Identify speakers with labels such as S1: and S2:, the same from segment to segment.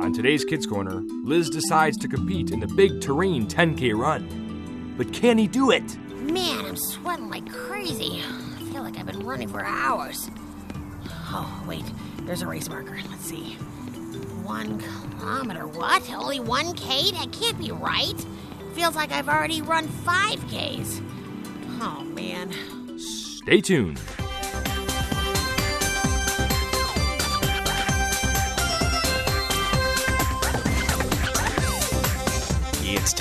S1: On today's Kids Corner, Liz decides to compete in the big terrain 10K run. But can he do it?
S2: Man, I'm sweating like crazy. I feel like I've been running for hours. Oh, wait, there's a race marker. Let's see. One kilometer. What? Only 1K? That can't be right. Feels like I've already run 5Ks. Oh, man.
S1: Stay tuned.
S3: It's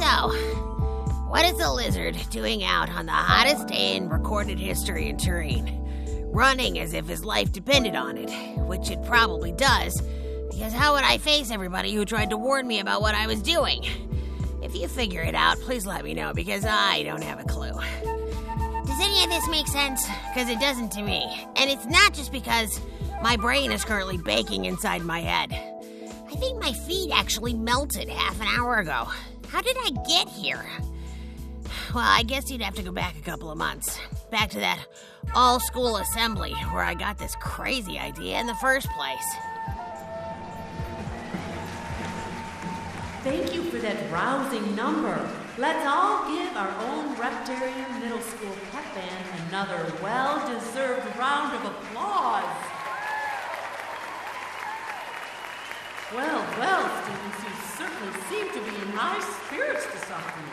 S2: So, what is a lizard doing out on the hottest day in recorded history in Turin? Running as if his life depended on it, which it probably does, because how would I face everybody who tried to warn me about what I was doing? If you figure it out, please let me know, because I don't have a clue. Does any of this make sense? Because it doesn't to me. And it's not just because my brain is currently baking inside my head. I think my feet actually melted half an hour ago. How did I get here? Well, I guess you'd have to go back a couple of months. Back to that all school assembly where I got this crazy idea in the first place.
S4: Thank you for that rousing number. Let's all give our own Reptarian Middle School pep band another well deserved round of applause. Well, well, students, you certainly seem to be in high spirits this afternoon.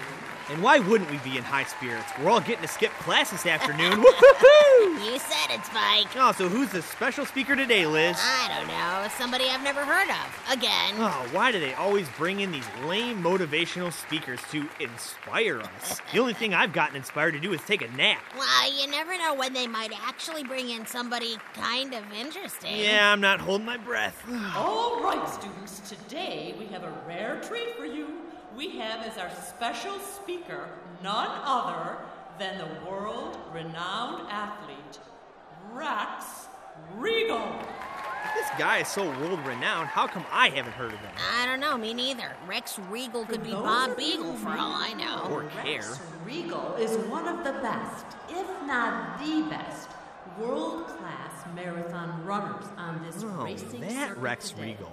S5: And why wouldn't we be in high spirits? We're all getting to skip class this afternoon. Woo-hoo-hoo!
S2: You said it, Spike.
S5: Oh, so who's the special speaker today, Liz?
S2: I don't know, somebody I've never heard of. Again.
S5: Oh, why do they always bring in these lame motivational speakers to inspire us? The only thing I've gotten inspired to do is take a nap.
S2: Well, you never know when they might actually bring in somebody kind of interesting.
S5: Yeah, I'm not holding my breath.
S4: All right, students, today we have a rare treat for you. We have as our special speaker none other than the world renowned athlete, Rex Regal.
S5: This guy is so world renowned. How come I haven't heard of him?
S2: I don't know, me neither. Rex Regal could be Bob Beagle for all I know.
S5: Or care.
S4: Rex Regal is one of the best, if not the best, world class marathon runners on this
S5: Oh,
S4: racing
S5: that
S4: circuit
S5: Rex
S4: today.
S5: Regal.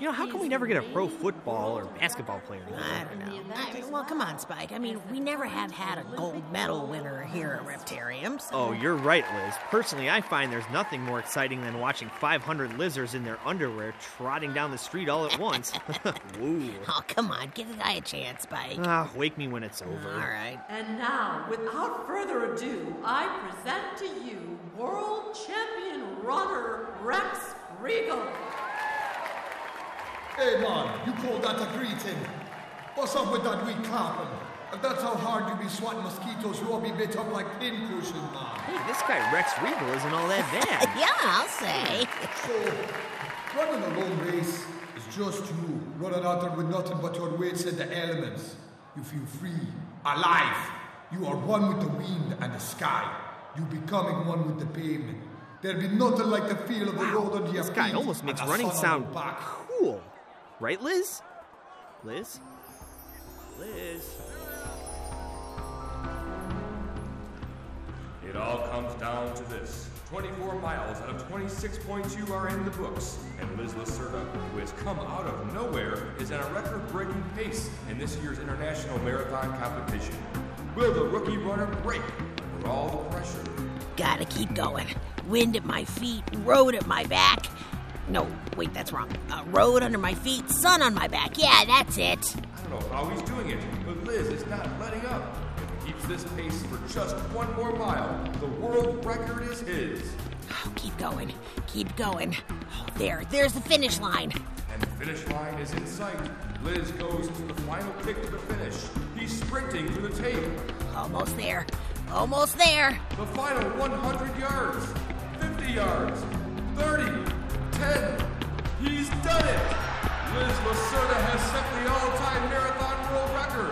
S5: You know, how come we never get a pro football or basketball player?
S2: I don't know. I- well, come on, Spike. I mean, we never have had a gold medal winner here at Reptarium. So.
S5: Oh, you're right, Liz. Personally, I find there's nothing more exciting than watching 500 lizards in their underwear trotting down the street all at once. Woo.
S2: Oh, come on. Give the guy a chance, Spike.
S5: Ah, wake me when it's
S2: All
S5: over.
S2: right.
S4: And now, without further ado, I present to you world champion runner Rex Regal.
S6: Hey man, you call that a greeting? What's up with that weak clapping? If that's how hard you be swatting mosquitoes, you'll all be bit up like pincushion, man.
S5: Hey, this guy Rex Regal isn't all that bad.
S2: Yeah, I'll say.
S6: So, running a long race is just you running out there with nothing but your weights and the elements. You feel free, alive. You are one with the wind and the sky. You becoming one with the pavement. There be nothing like the feel of the road under your
S5: This guy
S6: feet
S5: almost
S6: and
S5: makes
S6: the
S5: running
S6: sun on
S5: sound
S6: your back.
S5: cool. Right, Liz? Liz? Liz?
S1: It all comes down to this. 24 miles out of 26.2 are in the books, and Liz Lacerda, who has come out of nowhere, is at a record-breaking pace in this year's international marathon competition. Will the rookie runner break under all the pressure?
S2: Gotta keep going. Wind at my feet, road at my back. No, wait, that's wrong. Uh, road under my feet, sun on my back. Yeah, that's it.
S1: I don't know how he's doing it, but Liz is not letting up. If he keeps this pace for just one more mile, the world record is his.
S2: Oh, keep going. Keep going. Oh, there, there's the finish line.
S1: And the finish line is in sight. Liz goes to the final kick to the finish. He's sprinting through the tape.
S2: Almost there. Almost there.
S1: The final 100 yards, 50 yards, 30, 10. He's done it! Liz Lacerda has set the all time marathon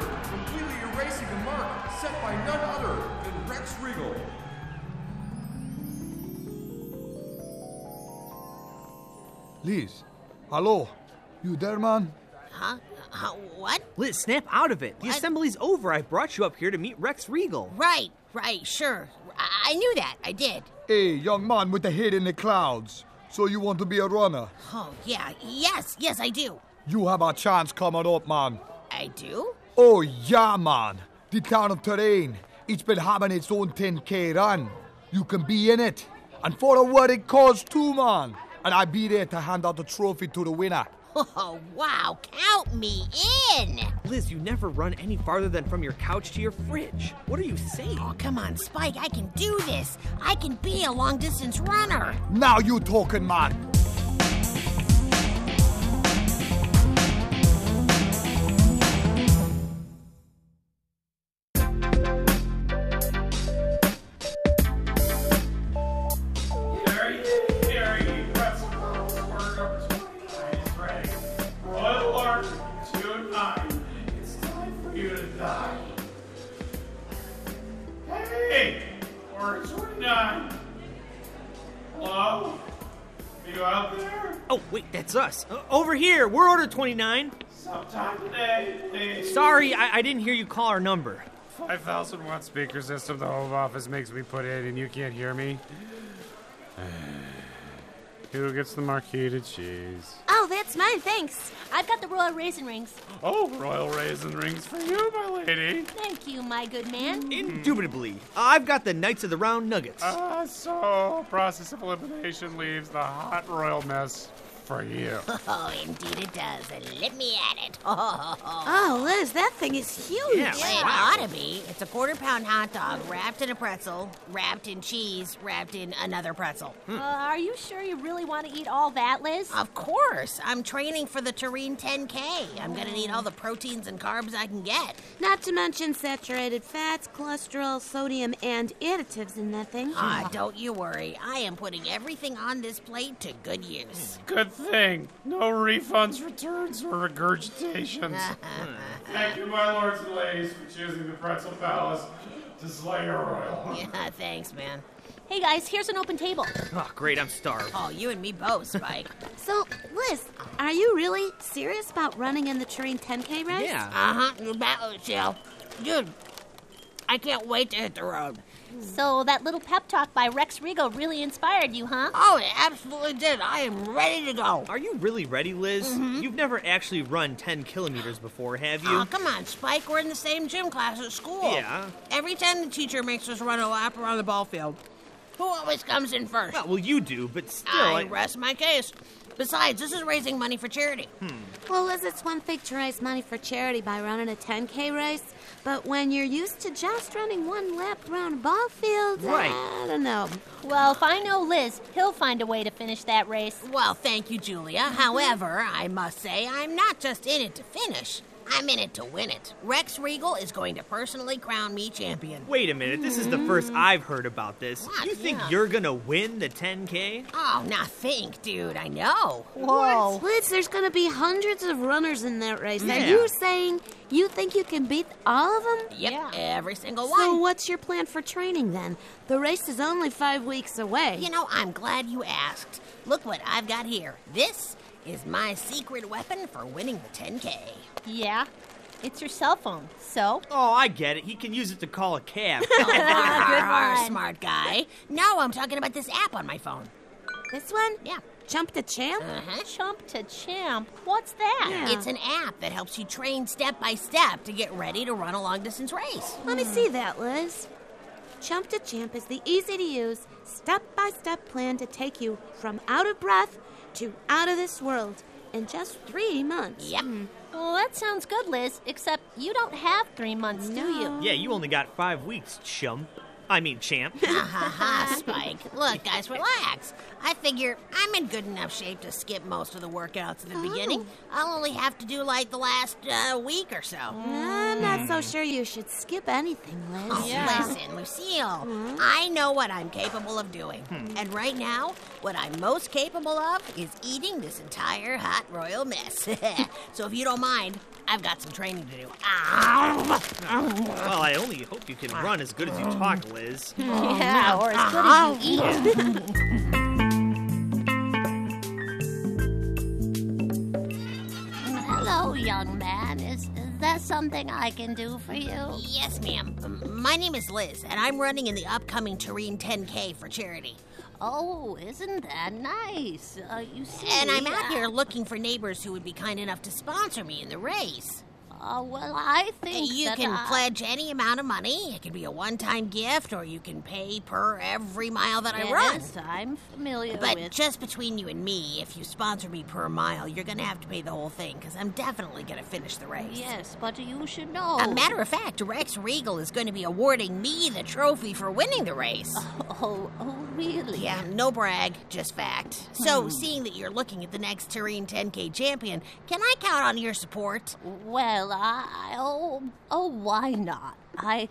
S6: Please. Hello. You there, man?
S2: Huh? huh? What?
S5: Liz, snap out of it. The
S2: What?
S5: assembly's over. I brought you up here to meet Rex Regal.
S2: Right, right, sure. I, I knew that. I did.
S6: Hey, young man with the head in the clouds. So you want to be a runner?
S2: Oh, yeah. Yes, yes, I do.
S6: You have a chance coming up, man.
S2: I do?
S6: Oh, yeah, man. The town of Terrain. It's been having its own 10K run. You can be in it. And for a worthy cause, too, man. And I'll be there to hand out the trophy to the winner.
S2: Oh, wow. Count me in.
S5: Liz, you never run any farther than from your couch to your fridge. What are you saying?
S2: Oh, come on, Spike. I can do this. I can be a long distance runner.
S6: Now you talking, man.
S7: Dare you, dare you, pretzel girls, word number 29 is ready. Royal Lark 209, it's time for you to die. Hey, word 29. Hello? Are you out there?
S5: Oh, wait, that's us. Uh, over here, we're Order 29.
S7: Sometime today, please.
S5: Sorry, I, I didn't hear you call our number.
S7: 5,000 watt speaker system the Home Office makes me put in, and you can't hear me? Who gets the marquita cheese?
S8: Oh, that's mine, thanks. I've got the royal raisin rings.
S7: Oh, royal raisin rings for you, my lady.
S8: Thank you, my good man.
S5: Indubitably. I've got the Knights of the Round Nuggets.
S7: Ah, so process of elimination leaves the hot royal mess for you.
S2: Oh, indeed it does. And let me at it. Oh,
S8: Oh, Liz, that thing is huge.
S5: Yeah.
S2: it ought to be. It's a quarter pound hot dog wrapped in a pretzel, wrapped in cheese, wrapped in another pretzel.
S8: Uh, are you sure you really want to eat all that, Liz?
S2: Of course. I'm training for the Turin 10K. I'm going to need all the proteins and carbs I can get.
S8: Not to mention saturated fats, cholesterol, sodium, and additives in that thing.
S2: Ah, don't you worry. I am putting everything on this plate to good use.
S7: Good thing. No refunds, returns, or regurgitations. Thank you, my lords and ladies, for choosing the Pretzel Palace to slay a royal.
S2: Yeah, thanks, man.
S8: Hey, guys, here's an open table.
S5: Oh, great, I'm starved.
S2: Oh, you and me both, Spike.
S8: So, Liz, are you really serious about running in the Turin 10K race?
S5: Yeah.
S2: uh huh. You battle shell. Dude, I can't wait to hit the road.
S8: So that little pep talk by Rex Rigo really inspired you, huh?
S2: Oh, it absolutely did. I am ready to go.
S5: Are you really ready, Liz?
S2: Mm-hmm.
S5: You've never actually run 10 kilometers before, have you?
S2: Oh, come on, Spike. We're in the same gym class at school.
S5: Yeah.
S2: Every time the teacher makes us run a lap around the ball field, who always comes in first?
S5: well, well, you do, but still.
S2: I
S5: I-
S2: rest my case. Besides, this is raising money for charity.
S8: Well, Liz, it's one thing to raise money for charity by running a 10K race, but when you're used to just running one lap around a ball field,
S5: Right.
S8: I don't know. Well, if I know Liz, he'll find a way to finish that race.
S2: Well, thank you, Julia. However, I must say, I'm not just in it to finish. I'm in it to win it. Rex Regal is going to personally crown me champion.
S5: Wait a minute, this is the first I've heard about this.
S2: Mm-hmm. What?
S5: You think
S2: Yeah.
S5: you're gonna win the 10K?
S2: Oh, now think, dude. I know.
S8: Whoa. Liz, there's going to be hundreds of runners in that race.
S5: Yeah.
S8: Are you saying you think you can beat all of them?
S2: Yep, every single one.
S8: So, what's your plan for training then? The race is only five weeks away.
S2: You know, I'm glad you asked. Look what I've got here. This is my secret weapon for winning the 10K.
S8: yeah, it's your cell phone. So,
S5: Oh, I get it. He can use it to call a cab.
S2: Arr, smart guy. No, I'm talking about this app on my phone.
S8: This one?
S2: Yeah.
S8: Jump to champ?
S2: Uh-huh.
S8: Chump to champ? What's that?
S2: It's an app that helps you train step by step to get ready to run a long distance race.
S8: Let me see that, Liz. Chump to champ is the easy to use, step by step plan to take you from out of breath to out of this world in just three months.
S2: Yep.
S8: Well, that sounds good, Liz, except you don't have three months, do you?
S5: yeah, you only got five weeks, chum. I mean, champ.
S2: Haha, Spike. Look, guys, relax. I figure I'm in good enough shape to skip most of the workouts at the beginning.
S8: Oh.
S2: I'll only have to do like the last uh, week or so.
S8: I'm not so sure you should skip anything, Liz. Hmm?
S2: Oh, Listen, Lucille, I know what I'm capable of doing. And right now, what I'm most capable of is eating this entire hot royal mess. so if you don't mind, I've got some training to do. Ow!
S5: well, I only hope you can run as good as you talk, Liz.
S8: Yeah,
S9: Uh-huh.
S8: or as good as you eat.
S9: young man. Is, is there something I can do for you?
S2: Yes, ma'am. M- My name is Liz, and I'm running in the upcoming Tureen 10K for charity.
S9: Oh, isn't that nice? Uh, you see.
S2: And I'm
S9: uh,
S2: out here looking for neighbors who would be kind enough to sponsor me in the race.
S9: Uh, well, I think
S2: You
S9: that
S2: can
S9: I-
S2: pledge any amount of money. It can be a one-time gift, or you can pay per every mile that I run.
S9: Yes, I'm familiar
S2: But
S9: with.
S2: just between you and me, if you sponsor me per mile, you're going to have to pay the whole thing because I'm definitely going to finish the race.
S9: Yes, but you should know.
S2: A
S8: Oh,
S2: matter of fact, Rex Regal is going to be awarding me the trophy for winning the race.
S9: Oh, oh, really?
S2: Yeah, no brag, just fact.
S9: Hmm.
S2: So, seeing that you're looking at the next Turin 10K champion, can I count on your support?
S9: Well, I, I- oh, oh, why not? I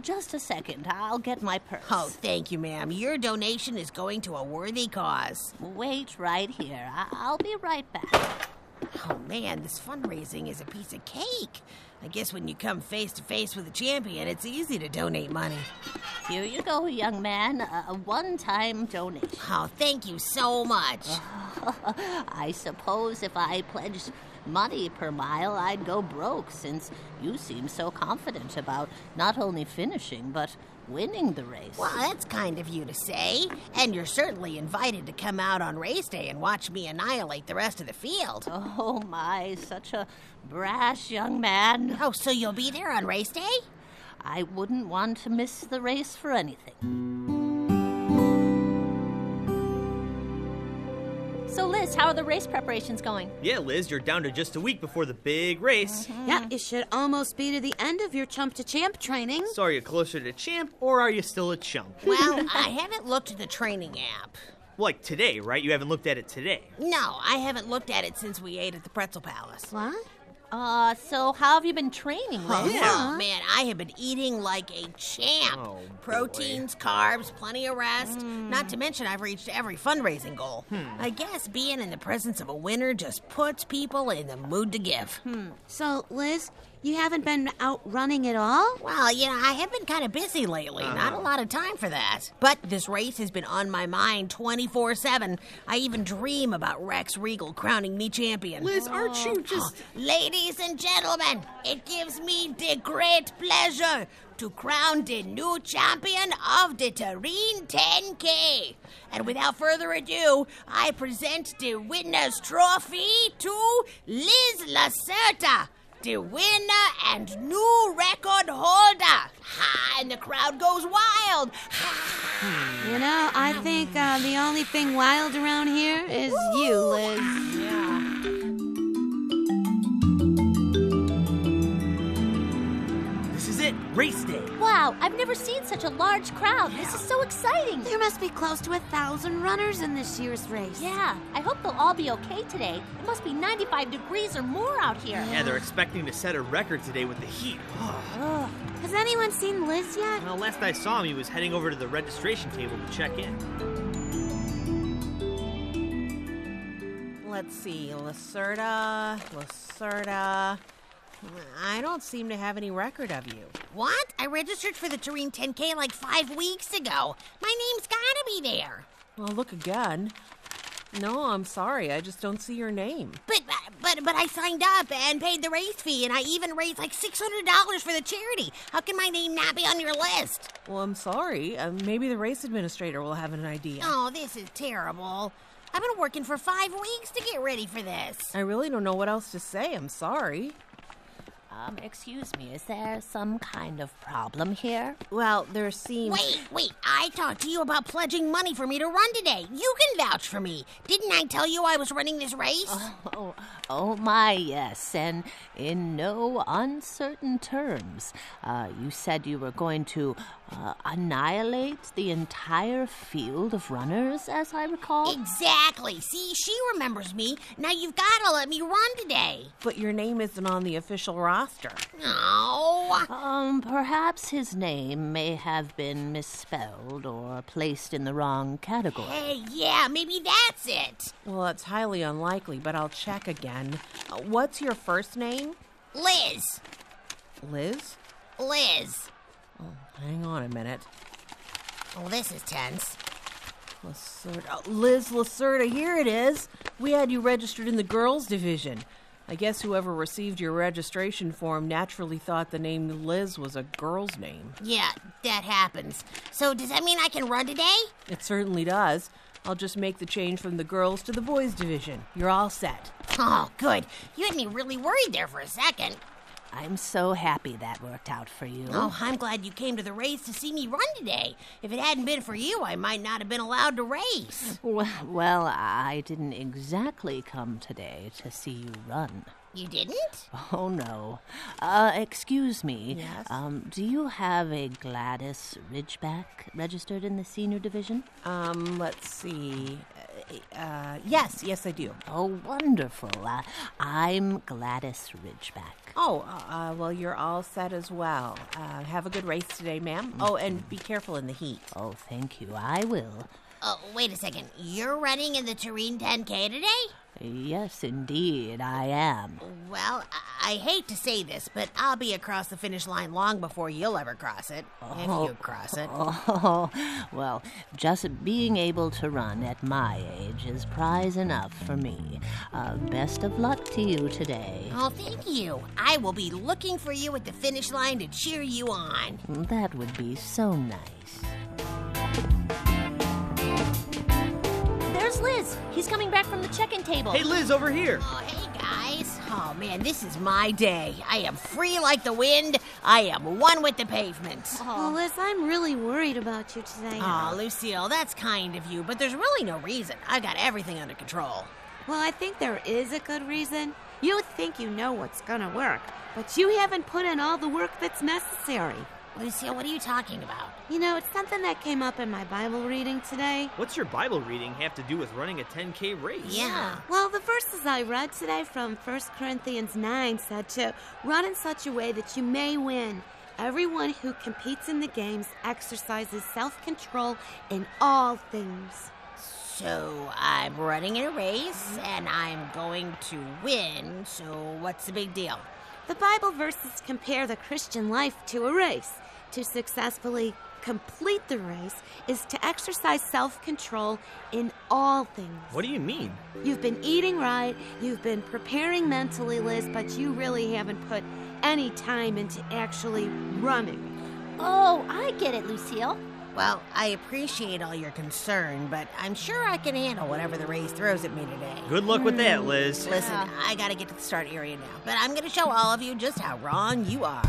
S9: just a second. I'll get my purse.
S2: Oh, thank you, ma'am. Your donation is going to a worthy cause.
S9: Wait right here. I, I'll be right back.
S2: Oh, man, this fundraising is a piece of cake. I guess when you come face to face with a champion, it's easy to donate money.
S9: Here you go, young man. A one-time donation.
S2: Oh, thank you so much.
S9: I suppose if I pledged money per mile, I'd go broke since you seem so confident about not only finishing but winning the race.
S2: Well, that's kind of you to say. And you're certainly invited to come out on race day and watch me annihilate the rest of the field.
S9: Oh my, such a brash young man.
S2: Oh, so you'll be there on race day?
S9: I wouldn't want to miss the race for anything. So, Liz, how are the race preparations going?
S5: Yeah, Liz, you're down to just a week before the big race.
S8: Mm-hmm. Yeah, it should almost be to the end of your chump to champ training.
S5: So are you closer to champ or are you still a chump?
S2: Well, I haven't looked at the training app.
S5: Like today, right? You haven't looked at it today.
S2: No, I haven't looked at it since we ate at the Pretzel Palace.
S8: What?
S9: Uh, so how have you been training, Liz?
S2: Oh, man, I have been eating like a champ.
S5: Oh,
S2: Proteins, carbs, plenty of rest. Not to mention, I've reached every fundraising goal. I guess being in the presence of a winner just puts people in the mood to give.
S8: So, Liz, you haven't been out running at all?
S2: Well, you know, I have been kind of busy lately. Not
S5: Uh-huh.
S2: a lot of time for that. But this race has been on my mind 24 7. I even dream about Rex Regal crowning me champion. Oh,
S5: Liz, aren't you just.
S2: Ladies and gentlemen, it gives me the great pleasure to crown the new champion of the Turin 10K. And without further ado, I present the winner's trophy to Liz Lacerta, the winner and new record holder. Ha, and the crowd goes wild. Ha.
S8: You know, I think uh, the only thing wild around here is you, Liz.
S5: This is it, race day.
S9: Wow, I've never seen such a large crowd. This is so exciting.
S8: There must be close to a thousand runners in this year's race.
S9: Yeah, I hope they'll all be okay today. It must be 95 degrees or more out here.
S5: Yeah, they're expecting to set a record today with the heat.
S8: Has anyone seen Liz yet?
S5: Well, last I saw him, he was heading over to the registration table to check in.
S10: Let's see, Lacerda, Lacerda. I don't seem to have any record of you.
S2: What? I registered for the Turin 10K like five weeks ago. My name's gotta be there.
S10: Well, look again. No, I'm sorry. I just don't see your name.
S2: But but but I signed up and paid the race fee, and I even raised like six hundred dollars for the charity. How can my name not be on your list?
S10: Well, I'm sorry. Uh, maybe the race administrator will have an idea.
S2: Oh, this is terrible. I've been working for five weeks to get ready for this.
S10: I really don't know what else to say. I'm sorry.
S9: Um, excuse me, is there some kind of problem here?
S10: Well, there seems.
S2: Wait, wait. I talked to you about pledging money for me to run today. You can vouch for me. Didn't I tell you I was running this race?
S9: Oh, oh my, yes, and in no uncertain terms. Uh, you said you were going to uh, annihilate the entire field of runners, as I recall.
S2: exactly. See, she remembers me. Now you've got to let me run today.
S10: But your name isn't on the official roster.
S2: Oh.
S4: Uh-huh.
S9: Um, perhaps his name may have been misspelled or placed in the wrong category.
S2: Hey, yeah, maybe that's it.
S10: Well, that's highly unlikely, but I'll check again. Uh, what's your first name?
S2: Liz.
S10: Liz?
S2: Liz.
S10: Hang on a minute.
S2: Oh, this is tense.
S11: uh,
S10: Lacerda. Liz Lacerda, here it is. We had you registered in the girls' division.
S11: I guess whoever received your registration form naturally thought the name Liz was a girl's name.
S2: Yeah, that happens. So does that mean I can run today?
S11: It certainly does. I'll just make the change from the girls to the boys division. You're all set.
S2: Oh, good. You had me really worried there for a second.
S8: I'm so happy that worked out for you.
S2: Oh, I'm glad you came to the race to see me run today. If it hadn't been for you, I might not have been allowed to race.
S8: Well, well, I didn't exactly come today to see you run.
S2: You didn't?
S8: Oh no. Uh, excuse me.
S2: Yes?
S8: Um, do you have a Gladys Ridgeback registered in the senior division?
S11: Um, let's see. Uh, yes, yes, I do.
S8: Oh, wonderful. Uh, I'm Gladys Ridgeback.
S11: Oh, uh, well, you're all set as well. Uh, have a good race today, madam Oh, and be careful in the heat.
S8: Oh, thank you. I will.
S2: Oh, wait a second. You're running in the Turin 10K today?
S8: Yes, indeed, I am.
S2: Well, I, I hate to say this, but I'll be across the finish line long before you'll ever cross it. If you cross it.
S8: Oh, well, just being able to run at my age is prize enough for me. Uh, best of luck to you today.
S2: Oh, thank you. I will be looking for you at the finish line to cheer you on.
S8: That would be so nice.
S12: There's Liz. He's coming back from the check-in table.
S5: Hey, Liz, over here.
S2: Oh, hey, guys. Oh, man, this is my day. I am free like the wind. I am one with the pavement.
S4: Oh, Liz, I'm really worried about you today.
S11: Ah.
S2: Aw, Lucille, that's kind of you, but there's really no reason. I've got everything under control.
S4: Well, I think there is a good reason. You think you know what's gonna work, but you haven't put in all the work that's necessary.
S2: Lucille, what are you talking about?
S4: You know, it's something that came up in my Bible reading today.
S5: What's your Bible reading have to do with running a 10K race?
S2: Yeah.
S4: Well, the verses I read today from 1 Corinthians 9 said to run in such a way that you may win. Everyone who competes in the games exercises self control in all things.
S2: So I'm running in a race and I'm going to win, so what's the big deal?
S4: The Bible verses compare the Christian life to a race. To successfully complete the race is to exercise self control in all things.
S5: What do you mean?
S4: You've been eating right, you've been preparing mentally, Liz, but you really haven't put any time into actually running.
S12: Oh, I get it, Lucille.
S2: Well, I appreciate all your concern, but I'm sure I can handle whatever the race throws at me today.
S5: Good luck with that, Liz.
S2: Listen, I gotta get to the start area now, but I'm gonna show all of you just how wrong you are.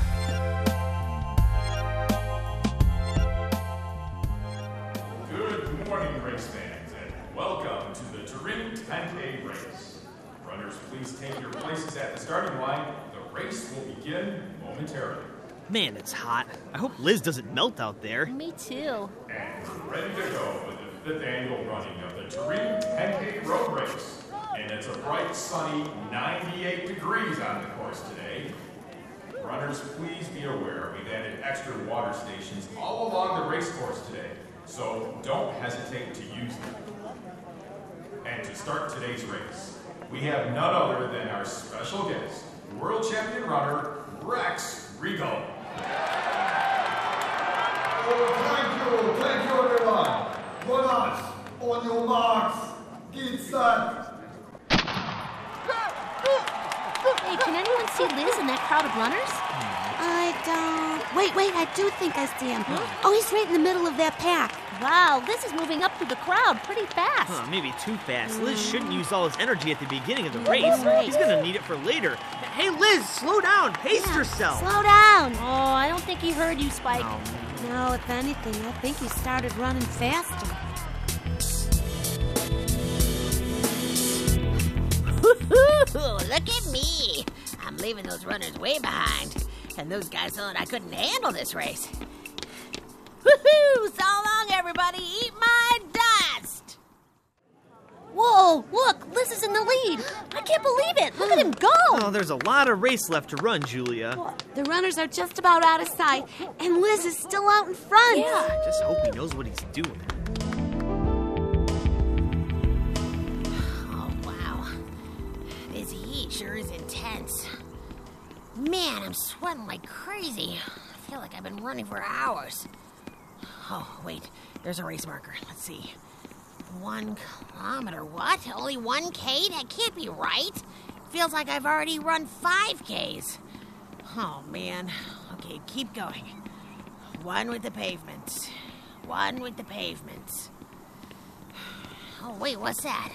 S7: Good morning, race fans, and welcome to the Turin 10K race. Runners, please take your places at the starting line. The race will begin momentarily.
S5: Man, it's hot. I hope Liz doesn't melt out there.
S12: Me too.
S7: And we're ready to go with the fifth annual running of the Turin 10K road race. And it's a bright, sunny 98 degrees on the course today. Runners, please be aware we've added extra water stations all along the race course today, so don't hesitate to use them. And to start today's race, we have none other than our special guest, world champion runner Rex Regal.
S13: Thank you, thank you everyone. Runners, on your marks, get set.
S12: Hey, can anyone see Liz in that crowd of runners?
S4: I don't. Wait, wait, I do think I see him. Oh, he's right in the middle of that pack.
S12: Wow, Liz is moving up through the crowd pretty fast.
S5: Huh, maybe too fast. Liz shouldn't use all his energy at the beginning of the race. He's gonna need it for later. Hey, Liz, slow down. Pace yourself.
S4: Slow down.
S12: Oh, I don't think he heard you, Spike.
S4: No, if anything, I think he started running faster.
S2: Ooh, look at me! I'm leaving those runners way behind. And those guys thought I couldn't handle this race. Woohoo! So long, everybody! Eat my dust!
S12: Whoa, look, Liz is in the lead. I can't believe it. Look at him go.
S5: Oh, there's a lot of race left to run, Julia.
S4: The runners are just about out of sight, and Liz is still out in front.
S5: I just hope he knows what he's doing.
S2: Oh, wow. This heat sure is intense. Man, I'm sweating like crazy. I feel like I've been running for hours. Oh, wait. There's a race marker. Let's see. One kilometer. What? Only one K? That can't be right. Feels like I've already run 5Ks. Oh, man. Okay, keep going. One with the pavements. One with the pavements. Oh, wait, what's that?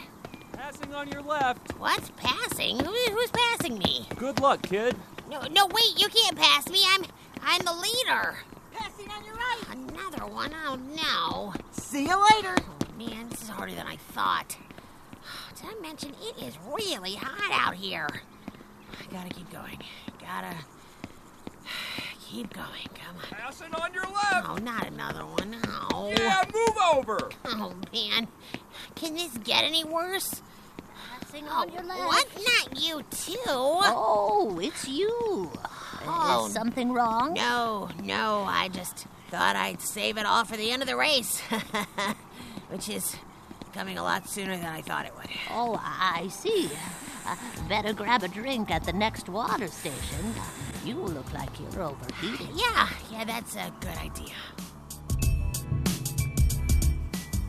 S14: Passing on your left.
S2: What's passing? Who, who's passing me?
S14: Good luck, kid.
S2: No, no, wait, you can't pass me. I'm, I'm the leader.
S15: Passing on your right.
S2: Another one? Oh, no.
S15: See you later.
S2: Oh, man, this is harder than I thought. Did I mention it is really hot out here? I gotta keep going. Gotta keep going. Come on.
S14: Passing on your left.
S2: Oh, not another one. Oh.
S14: Yeah, move over.
S2: Oh man, can this get any worse?
S15: Passing on your left.
S2: Oh, What? Not you too.
S16: Oh, it's you.
S2: Oh.
S16: Is something wrong?
S2: No, no. I just thought I'd save it all for the end of the race, which is coming a lot sooner than I thought it would.
S16: Oh, I see. Uh, better grab a drink at the next water station. Uh, You look like you're overheating.
S2: Yeah, yeah, that's a good idea.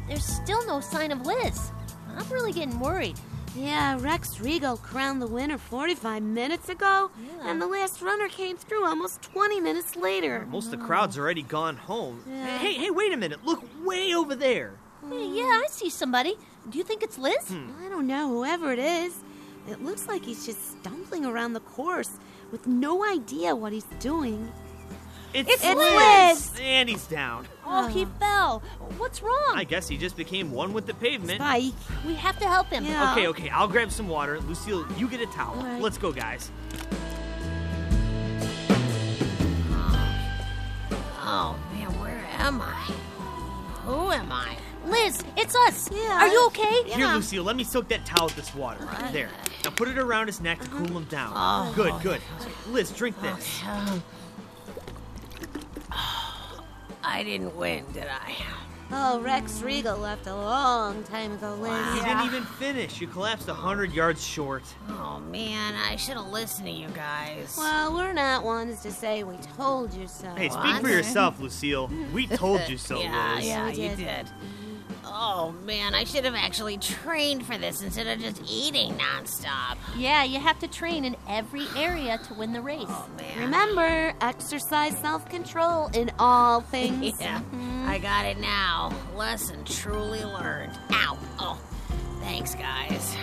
S16: There's still no sign of Liz. I'm really getting worried.
S8: Yeah, Rex Regal crowned the winner 45 minutes ago,
S16: Yeah.
S8: and the last runner came through almost 20 minutes later.
S5: Most of the crowd's already gone home.
S8: Yeah.
S5: Hey, hey, wait a minute. Look way over there.
S16: Hey, yeah, I see somebody. Do you think it's Liz?
S8: Hmm. I don't know, whoever it is. It looks like he's just stumbling around the course with no idea what he's doing.
S5: It's,
S8: It's Liz.
S5: And he's down.
S16: Oh,
S8: Uh.
S16: he fell. What's wrong?
S5: I guess he just became one with the pavement.
S8: Spike.
S16: We have to help him.
S5: Okay, okay, I'll grab some water. Lucille, you get a towel. Let's go, guys.
S2: Oh man, where am I? Who am I?
S16: Liz, it's us.
S8: Yeah.
S16: Are you okay?
S5: Here, Lucille, let me soak that towel with this water. There. Now put it around his neck to cool him down.
S2: Oh.
S5: Good, good. Liz, drink this.
S2: I didn't win, did I?
S8: Oh, Rex Regal left a long time ago, Liz.
S5: You didn't even finish. You collapsed 100 yards short.
S2: Oh man, I should have listened to you guys.
S8: Well, we're not ones to say we told you so.
S5: Hey, speak for yourself, Lucille. We told you so,
S2: yeah,
S5: Liz.
S2: yeah, you
S8: did.
S2: did. Oh man, I should have actually trained for this instead of just eating nonstop.
S16: Yeah, you have to train in every area to win the race.
S2: Oh,
S8: Remember, exercise self control in all things.
S2: Yeah, I got it now. Lesson truly learned. Ow. Oh, thanks, guys.